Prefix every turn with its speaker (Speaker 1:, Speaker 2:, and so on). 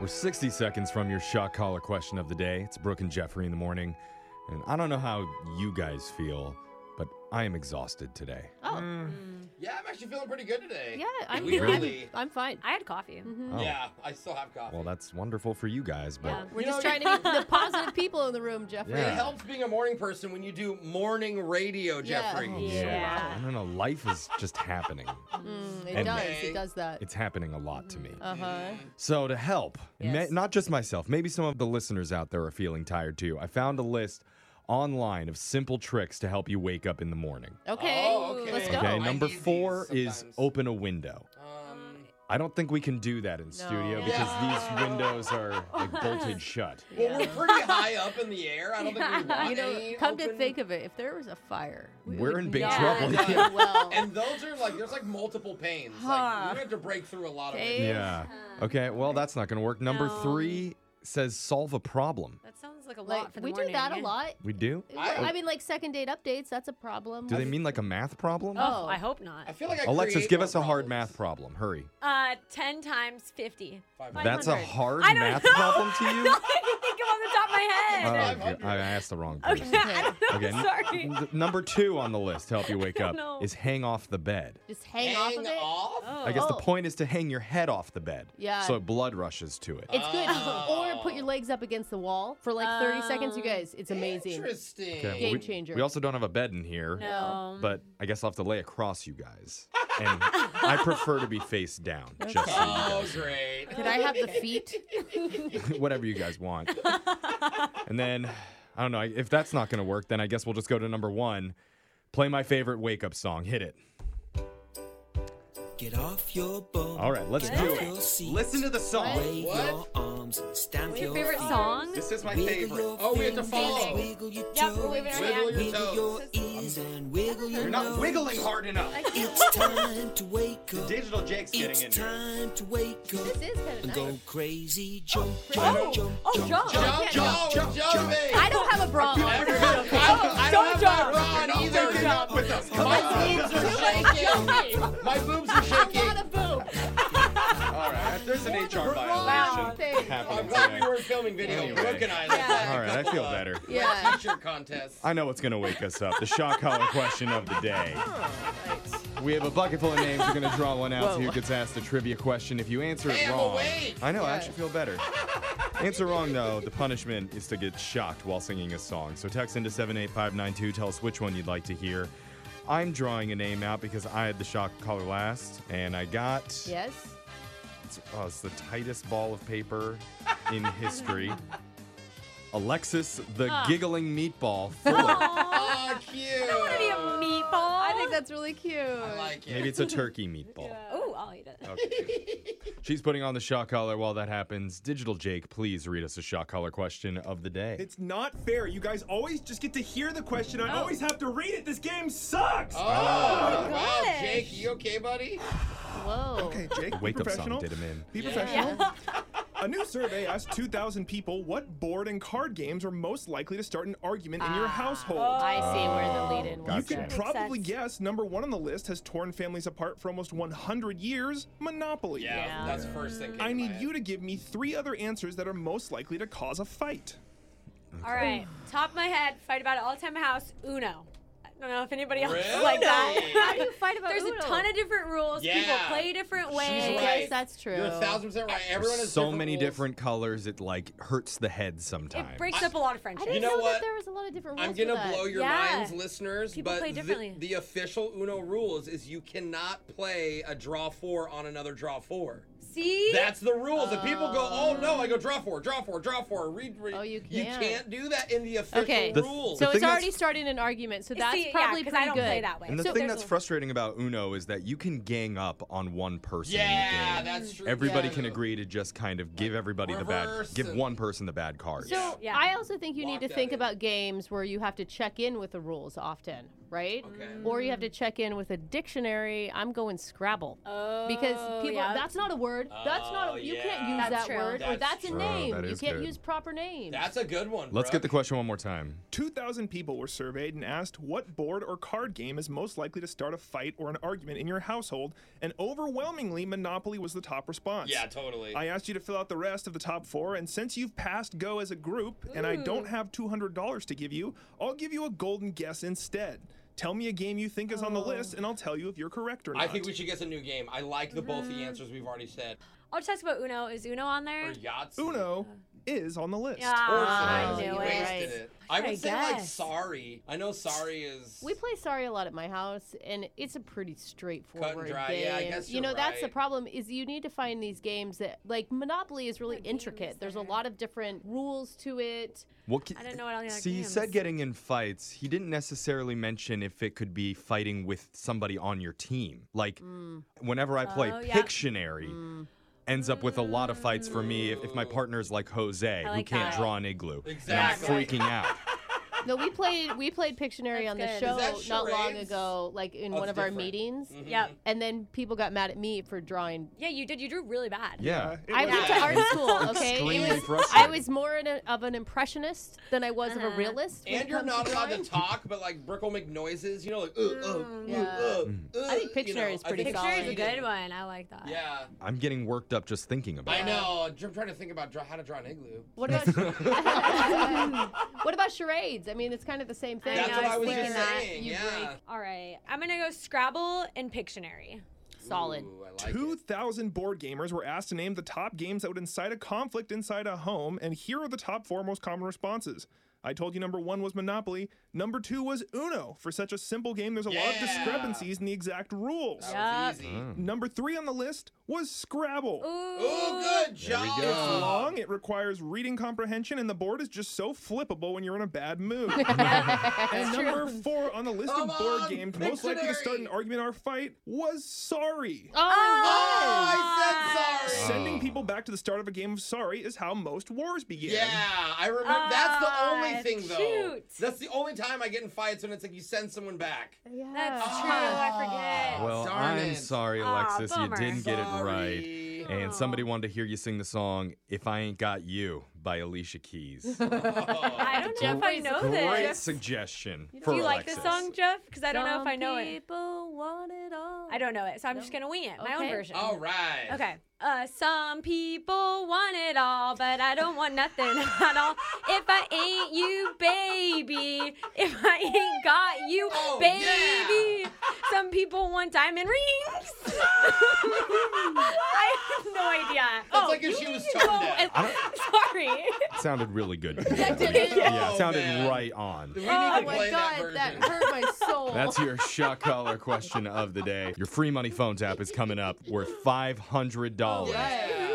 Speaker 1: We're 60 seconds from your shot caller question of the day. It's Brooke and Jeffrey in the morning. And I don't know how you guys feel, but I am exhausted today.
Speaker 2: Oh,
Speaker 3: Yeah, I'm actually feeling pretty good today.
Speaker 2: yeah. I'm,
Speaker 3: really.
Speaker 2: I'm, I'm fine.
Speaker 4: I had coffee.
Speaker 1: Oh,
Speaker 3: Yeah, I still have coffee.
Speaker 1: Well, that's wonderful for you guys, but
Speaker 2: We're
Speaker 3: You
Speaker 2: just
Speaker 3: know,
Speaker 2: trying to be the positive people in the room, Jeffrey.
Speaker 3: it
Speaker 1: Yeah.
Speaker 3: helps being a morning person when you do morning radio,
Speaker 2: Yeah.
Speaker 3: Jeffrey.
Speaker 2: Oh,
Speaker 4: Yeah.
Speaker 1: I don't know. Life is just happening.
Speaker 2: Mm, it
Speaker 1: And- Mm.
Speaker 2: does.
Speaker 3: Okay.
Speaker 2: It does that.
Speaker 1: It's happening a lot to me.
Speaker 2: Uh huh.
Speaker 1: So, to help, and
Speaker 2: Yes.
Speaker 1: ma- not just myself, maybe some of the listeners out there are feeling tired too. I found a list online of simple tricks to help you wake up in the morning.
Speaker 2: Okay.
Speaker 3: Oh, okay.
Speaker 2: Let's go.
Speaker 1: Okay,
Speaker 3: I
Speaker 1: number
Speaker 3: need these
Speaker 1: four is
Speaker 3: sometimes.
Speaker 1: open a window.
Speaker 3: Um,
Speaker 1: I don't think we can do that in studio
Speaker 2: No.
Speaker 1: because
Speaker 3: No.
Speaker 1: these windows are like bolted shut.
Speaker 3: well,
Speaker 2: Yeah.
Speaker 3: we're pretty high up in the air. I don't think we want
Speaker 2: You know,
Speaker 3: any
Speaker 2: come to
Speaker 3: open-
Speaker 2: think of it, if there was a fire, we
Speaker 1: We're
Speaker 2: would
Speaker 1: in big
Speaker 2: not
Speaker 1: trouble.
Speaker 2: do
Speaker 3: Yeah.
Speaker 2: well.
Speaker 3: And those are like there's like multiple panes.
Speaker 2: Huh.
Speaker 3: Like we have to break through a lot of
Speaker 2: Okay.
Speaker 3: windows.
Speaker 1: Yeah. Okay, well, that's not going to work. Number
Speaker 4: uh, No.
Speaker 1: three says solve a problem.
Speaker 4: That sounds like a lot
Speaker 2: like
Speaker 4: for the
Speaker 2: we
Speaker 4: morning.
Speaker 2: do that a lot.
Speaker 1: We do?
Speaker 2: I,
Speaker 3: I-
Speaker 2: mean, like second date updates. That's a problem.
Speaker 1: Do they mean like a math problem?
Speaker 4: Oh,
Speaker 2: Oh.
Speaker 4: I hope not.
Speaker 3: I feel like I
Speaker 1: Alexis,
Speaker 3: create
Speaker 1: give
Speaker 3: more
Speaker 1: us a hard
Speaker 3: problems.
Speaker 1: math problem. Hurry.
Speaker 4: Uh, ten times fifty.
Speaker 3: Five
Speaker 1: That's a
Speaker 2: 500.
Speaker 1: hard
Speaker 4: I don't
Speaker 1: math
Speaker 4: know.
Speaker 1: problem to you?
Speaker 4: I can think of on the top of my
Speaker 1: Oh,
Speaker 4: head.
Speaker 1: God, I asked the wrong person.
Speaker 4: okay, I don't know.
Speaker 1: Okay, n-
Speaker 4: Sorry.
Speaker 1: n- number two on the list to help you wake
Speaker 4: don't
Speaker 1: up
Speaker 4: know.
Speaker 1: is hang off the bed.
Speaker 2: just hang, off of it?
Speaker 3: off?
Speaker 1: I guess the
Speaker 2: Oh.
Speaker 1: point is to hang your head off the bed.
Speaker 2: Yeah.
Speaker 1: So blood rushes to it.
Speaker 2: It's good.
Speaker 3: Oh.
Speaker 2: Or put your legs up against the wall for like 30 seconds. You guys, it's amazing.
Speaker 3: Interesting.
Speaker 1: Okay, well,
Speaker 2: Game
Speaker 1: we,
Speaker 2: changer.
Speaker 1: We also don't have a bed in here.
Speaker 4: No.
Speaker 1: But I guess I'll have to lay across you guys. And I prefer to be face down. Just so
Speaker 3: Oh,
Speaker 1: you
Speaker 3: great.
Speaker 2: Could I have the feet?
Speaker 1: guys, whatever you guys want. And then, I don't know, if that's not going to work, then I guess we'll just go to number one. Play my favorite wake up song. Hit it.
Speaker 5: Get off your bum.
Speaker 1: All right, let's do
Speaker 5: Your
Speaker 1: it.
Speaker 5: seat.
Speaker 1: Listen to the song.
Speaker 5: Wave
Speaker 3: What?
Speaker 5: your arms. Stamp
Speaker 4: Your
Speaker 5: your
Speaker 4: favorite
Speaker 5: feet.
Speaker 4: song?
Speaker 1: This is my
Speaker 5: Wiggle
Speaker 1: favorite.
Speaker 5: your
Speaker 3: Oh, we have to
Speaker 5: fingers,
Speaker 3: follow.
Speaker 5: Wiggle your
Speaker 4: Yep,
Speaker 5: toes.
Speaker 4: we're waving our
Speaker 3: Wiggle
Speaker 4: hands.
Speaker 3: your
Speaker 5: Wiggle your
Speaker 3: toes.
Speaker 5: ears and wiggle your
Speaker 3: You're
Speaker 5: nose.
Speaker 3: not wiggling hard enough.
Speaker 5: It's time to wake up.
Speaker 1: Digital Jake's
Speaker 5: It's time to wake up.
Speaker 2: This is kind of
Speaker 5: and
Speaker 2: nice.
Speaker 5: go crazy. Jump,
Speaker 4: Oh,
Speaker 5: jump, jump,
Speaker 4: oh, jump.
Speaker 3: Jump, jump, jump, jumping.
Speaker 2: I don't have a bra on.
Speaker 3: Everybody- I, I
Speaker 4: don't
Speaker 3: don't
Speaker 4: jump.
Speaker 3: have my bra on either.
Speaker 4: Don't jump.
Speaker 3: With us. My boobs are
Speaker 4: Ah,
Speaker 3: shaking. My boobs are shaking.
Speaker 2: Not a boob.
Speaker 1: All right, there's an HR
Speaker 4: Wow.
Speaker 1: violation
Speaker 3: I'm
Speaker 1: happening
Speaker 3: glad
Speaker 1: today.
Speaker 3: we weren't filming video.
Speaker 1: Anyway.
Speaker 3: Brooke and I. look
Speaker 4: Yeah.
Speaker 3: like a
Speaker 1: All right, I
Speaker 3: couple
Speaker 1: feel
Speaker 3: of
Speaker 1: better.
Speaker 2: Yeah.
Speaker 3: T-shirt contest.
Speaker 1: I know what's going to wake us up. The shock collar question of the day.
Speaker 3: Oh,
Speaker 1: We have a bucket full of names. We're going to draw one out so you gets asked a trivia question. If you answer it
Speaker 3: Hey, I'm
Speaker 1: wrong,
Speaker 3: awake.
Speaker 1: I know, I
Speaker 2: Yeah.
Speaker 1: actually feel better. Answer wrong, though, the punishment is to get shocked while singing a song. So text into 78592. Tell us which one you'd like to hear. I'm drawing a name out because I had the shock collar last, and I got.
Speaker 2: Yes.
Speaker 1: It's, oh, it's the tightest ball of paper in history. Alexis, the
Speaker 3: Ah.
Speaker 1: giggling meatball. Fuller.
Speaker 3: Oh, cute.
Speaker 4: Be a meatball. I
Speaker 2: I think that's really cute.
Speaker 3: I like it.
Speaker 1: Maybe it's a turkey meatball.
Speaker 4: Oh, I'll eat it.
Speaker 1: She's putting on the shock collar while that happens. Digital Jake, please read us a shock collar question of the day.
Speaker 6: It's not fair. You guys always just get to hear the question. I always have to read it. This game sucks.
Speaker 3: Oh, wow, Jake, you okay, buddy?
Speaker 2: Whoa.
Speaker 6: Okay, Jake, be
Speaker 1: Wake up song
Speaker 6: professional.
Speaker 1: did him in.
Speaker 6: Be professional. A new survey asked 2,000 people what board and card games are most likely to start an argument in your household.
Speaker 2: I see where the lead in
Speaker 1: Oh,
Speaker 6: you
Speaker 2: was.
Speaker 1: gotcha.
Speaker 6: can
Speaker 1: Makes
Speaker 6: probably
Speaker 4: sense.
Speaker 6: guess number one on the list has torn families apart for almost 100 years Monopoly.
Speaker 3: Yeah,
Speaker 4: Yeah.
Speaker 3: that's the first thing.
Speaker 6: I need you to give me three other answers that are most likely to cause a fight.
Speaker 4: All right. Top of my head, fight about it all the time. in my House Uno. I don't know if anybody else is
Speaker 3: Really?
Speaker 4: like that.
Speaker 3: How do
Speaker 2: you fight about
Speaker 4: There's
Speaker 2: Uno?
Speaker 4: a ton of different rules. People
Speaker 3: Yeah.
Speaker 4: play different
Speaker 3: She's
Speaker 4: ways.
Speaker 3: right.
Speaker 2: Yes, that's true.
Speaker 3: You're a thousand percent right. Everyone has
Speaker 1: so
Speaker 3: different
Speaker 1: many
Speaker 3: rules.
Speaker 1: different colors, it like hurts the head sometimes.
Speaker 4: It breaks up a lot of
Speaker 2: I
Speaker 4: friendships.
Speaker 2: didn't
Speaker 3: know
Speaker 2: know, that
Speaker 3: what?
Speaker 2: there was a lot of different rules.
Speaker 3: I'm
Speaker 2: for
Speaker 3: gonna
Speaker 2: that.
Speaker 3: blow your
Speaker 4: Yeah.
Speaker 3: minds, listeners.
Speaker 4: People
Speaker 3: but
Speaker 4: play
Speaker 3: the-
Speaker 4: differently.
Speaker 3: The, official Uno rules is you cannot play a draw four on another draw four.
Speaker 4: See?
Speaker 3: That's the rules. And people go, "Oh no!" I go, "Draw four, draw four, draw four." Read, read.
Speaker 2: Oh, you
Speaker 3: You
Speaker 2: can't.
Speaker 3: can't do that in the official
Speaker 2: Okay.
Speaker 1: The-
Speaker 3: rules.
Speaker 1: The
Speaker 2: So it's
Speaker 1: thing that's-
Speaker 2: already starting an argument. So that's
Speaker 4: See,
Speaker 2: probably
Speaker 4: yeah,
Speaker 2: pretty
Speaker 4: I don't
Speaker 2: good.
Speaker 4: play that way.
Speaker 1: and the
Speaker 4: So
Speaker 1: thing
Speaker 4: there's
Speaker 1: that's
Speaker 4: a-
Speaker 1: frustrating about Uno is that you can gang up on one person. in a
Speaker 3: yeah,
Speaker 1: game.
Speaker 3: that's true.
Speaker 1: Everybody
Speaker 3: too.
Speaker 1: can agree to just kind of give everybody the bad,
Speaker 3: reverse
Speaker 1: give
Speaker 3: and-
Speaker 1: one person the bad card.
Speaker 2: So
Speaker 4: Yeah.
Speaker 2: I also think you
Speaker 3: Lock
Speaker 2: need to
Speaker 3: that
Speaker 2: think
Speaker 3: in.
Speaker 2: about games where you have to check in with the rules often. right?
Speaker 3: Okay.
Speaker 2: Or you have to check in with a dictionary. I'm going Scrabble.
Speaker 4: Oh,
Speaker 2: because people
Speaker 4: yeah.
Speaker 2: that's not a word. That's not
Speaker 3: Oh,
Speaker 2: a, you
Speaker 3: yeah.
Speaker 2: can't use
Speaker 4: That's
Speaker 2: that
Speaker 4: true.
Speaker 2: word or
Speaker 3: That's
Speaker 2: that's a
Speaker 3: true.
Speaker 2: name.
Speaker 1: that
Speaker 2: you
Speaker 1: is
Speaker 2: can't
Speaker 1: good.
Speaker 2: use proper names.
Speaker 3: That's a good one.
Speaker 1: Let's get the
Speaker 3: Brooke.
Speaker 1: question one more time.
Speaker 6: 2,000 people were surveyed and asked what board or card game is most likely to start a fight or an argument in your household, and overwhelmingly, Monopoly was the top response.
Speaker 3: Yeah, totally.
Speaker 6: I asked you to fill out the rest of the top four, and since you've passed go as a group, and I don't have $200 to give you, I'll give you a golden guess instead. Tell me a game you think is on the
Speaker 2: Oh.
Speaker 6: list, and I'll tell you if you're correct or not.
Speaker 3: I think we should get a new game. I like the both
Speaker 4: Mm-hmm.
Speaker 3: the answers we've already said.
Speaker 4: I'll just ask about Uno. Is Uno on there?
Speaker 3: Or Yahtzee.
Speaker 6: Uno is on the list.
Speaker 4: Ah,
Speaker 3: Or
Speaker 4: I
Speaker 3: Sorry.
Speaker 4: knew
Speaker 3: You
Speaker 4: it.
Speaker 3: wasted it. I would
Speaker 4: I
Speaker 3: say like
Speaker 4: guess.
Speaker 3: sorry. I know sorry is.
Speaker 2: We play Sorry a lot at my house, and it's a pretty straightforward
Speaker 3: dry.
Speaker 2: game.
Speaker 3: Yeah, I guess
Speaker 2: you
Speaker 3: you're
Speaker 2: know that's the
Speaker 3: right.
Speaker 2: problem is you need to find these games that like Monopoly is really
Speaker 4: What game is
Speaker 2: intricate. There's a
Speaker 4: there?
Speaker 2: lot of different rules to it.
Speaker 1: What ca-
Speaker 4: I don't know what other
Speaker 1: See, he
Speaker 4: games.
Speaker 1: said getting in fights. He didn't necessarily mention if it could be fighting with somebody on your team. Like, whenever I play
Speaker 4: Mm. Oh, yeah. Mm.
Speaker 1: Pictionary, ends up with a lot of fights for me if, if my partner's like Jose, who
Speaker 4: like
Speaker 1: can't
Speaker 4: that.
Speaker 1: draw an igloo.
Speaker 3: Exactly.
Speaker 1: And I'm freaking out.
Speaker 2: No, we played we played Pictionary
Speaker 4: That's
Speaker 2: on the
Speaker 4: good.
Speaker 2: show
Speaker 3: Is that
Speaker 2: not long
Speaker 3: charades?
Speaker 2: ago, like in
Speaker 3: Oh,
Speaker 2: one
Speaker 3: it's
Speaker 2: of our
Speaker 3: different. Mm.
Speaker 2: meetings,
Speaker 3: Mm-hmm.
Speaker 4: Yep.
Speaker 2: and then people got mad at me for drawing.
Speaker 4: Yeah, you did. You drew really bad.
Speaker 1: Yeah.
Speaker 6: Uh, It
Speaker 2: I
Speaker 6: was-
Speaker 2: went to art school. Okay,
Speaker 1: Extremely
Speaker 2: it was, I
Speaker 1: frustrating.
Speaker 2: was more in a, of an impressionist than I was of a
Speaker 4: Uh-huh.
Speaker 2: realist. when
Speaker 3: And
Speaker 2: it
Speaker 3: you're
Speaker 2: comes
Speaker 3: not
Speaker 2: to
Speaker 3: allowed
Speaker 2: drawing.
Speaker 3: to talk, but like Brick will make noises, you know, like, uh, uh,
Speaker 2: Yeah.
Speaker 3: uh,
Speaker 1: Mm.
Speaker 3: uh,
Speaker 2: I think
Speaker 3: you
Speaker 2: Pictionary
Speaker 3: know,
Speaker 2: is
Speaker 3: I
Speaker 2: pretty
Speaker 3: think
Speaker 2: solid.
Speaker 4: Picture is a
Speaker 3: cheating.
Speaker 4: good one. I like that.
Speaker 3: Yeah.
Speaker 1: I'm getting worked up just thinking about
Speaker 3: I
Speaker 1: it.
Speaker 3: know. I'm trying to think about draw, how to draw an igloo.
Speaker 2: What about what about charades? I mean, it's kind of the same thing.
Speaker 3: That's
Speaker 4: know,
Speaker 3: what
Speaker 4: I
Speaker 3: I was
Speaker 4: was thinking
Speaker 3: just
Speaker 4: that.
Speaker 3: saying.
Speaker 2: You
Speaker 3: yeah.
Speaker 4: All right. I'm gonna go Scrabble and Pictionary.
Speaker 2: Solid.
Speaker 3: Ooh, I like it.
Speaker 6: 2,000 board gamers were asked to name the top games that would incite a conflict inside a home, and here are the top four most common responses. I told you number one was Monopoly. Number two was Uno. For such a simple game, there's a lot of
Speaker 3: Yeah.
Speaker 6: discrepancies in the exact rules.
Speaker 3: That was easy.
Speaker 6: Number three on the list was Scrabble.
Speaker 3: Ooh, good
Speaker 1: There we
Speaker 3: job.
Speaker 1: go.
Speaker 6: It's long, it requires reading comprehension, and the board is just so flippable when you're in a bad mood. and number four on the list
Speaker 3: Come
Speaker 6: of board
Speaker 3: on,
Speaker 6: games most likely to start an
Speaker 3: Pictionary.
Speaker 6: argument or fight was Sorry.
Speaker 2: Oh,
Speaker 3: Oh, I said sorry.
Speaker 6: Sending people back to the start of a game of sorry is how most wars began.
Speaker 3: Yeah, I remember. that's the
Speaker 4: Ah,
Speaker 3: only thing, though.
Speaker 4: cute.
Speaker 3: That's the only time I get in fights when it's like you send someone back.
Speaker 2: yeah.
Speaker 4: That's
Speaker 3: Ah.
Speaker 4: true. I forget.
Speaker 1: Well,
Speaker 3: Darn
Speaker 1: I'm
Speaker 3: it.
Speaker 1: sorry,
Speaker 4: Aw,
Speaker 1: Alexis. you
Speaker 4: Ah, bummer. Oh.
Speaker 1: didn't get it right.
Speaker 3: Sorry.
Speaker 1: And somebody wanted to hear you sing the song "If I Ain't Got You" by Alicia Keys.
Speaker 4: I don't know if I
Speaker 2: Jeffrey's
Speaker 4: know
Speaker 1: Great
Speaker 4: this.
Speaker 1: suggestion for
Speaker 4: Do you like
Speaker 1: Alexis.
Speaker 4: this song, Jeff? Because I don't know if
Speaker 2: Some
Speaker 4: I know it.
Speaker 2: People want it all.
Speaker 4: I don't know it, so I'm just gonna wing it. My own
Speaker 2: Okay.
Speaker 4: version.
Speaker 3: All right.
Speaker 4: Okay. Uh, some people want it all, but I don't want nothing at all. If I ain't you, baby. If I ain't got you,
Speaker 3: Oh,
Speaker 4: baby. Some people want diamond rings. I have no idea.
Speaker 3: That's
Speaker 4: oh,
Speaker 3: like
Speaker 4: you
Speaker 3: if she was
Speaker 4: need to
Speaker 3: tone
Speaker 4: go
Speaker 3: deaf.
Speaker 4: and-
Speaker 1: I don't-
Speaker 4: Sorry.
Speaker 1: It sounded really good. to me.
Speaker 2: did.
Speaker 1: yeah,
Speaker 3: Oh,
Speaker 1: it sounded
Speaker 3: man.
Speaker 1: right on.
Speaker 3: We need
Speaker 2: Oh
Speaker 3: to
Speaker 2: my
Speaker 3: play that
Speaker 2: god,
Speaker 3: version.
Speaker 2: that, hurt my soul.
Speaker 1: That's your shock collar question of the day. Your free money phone tap is coming up worth $500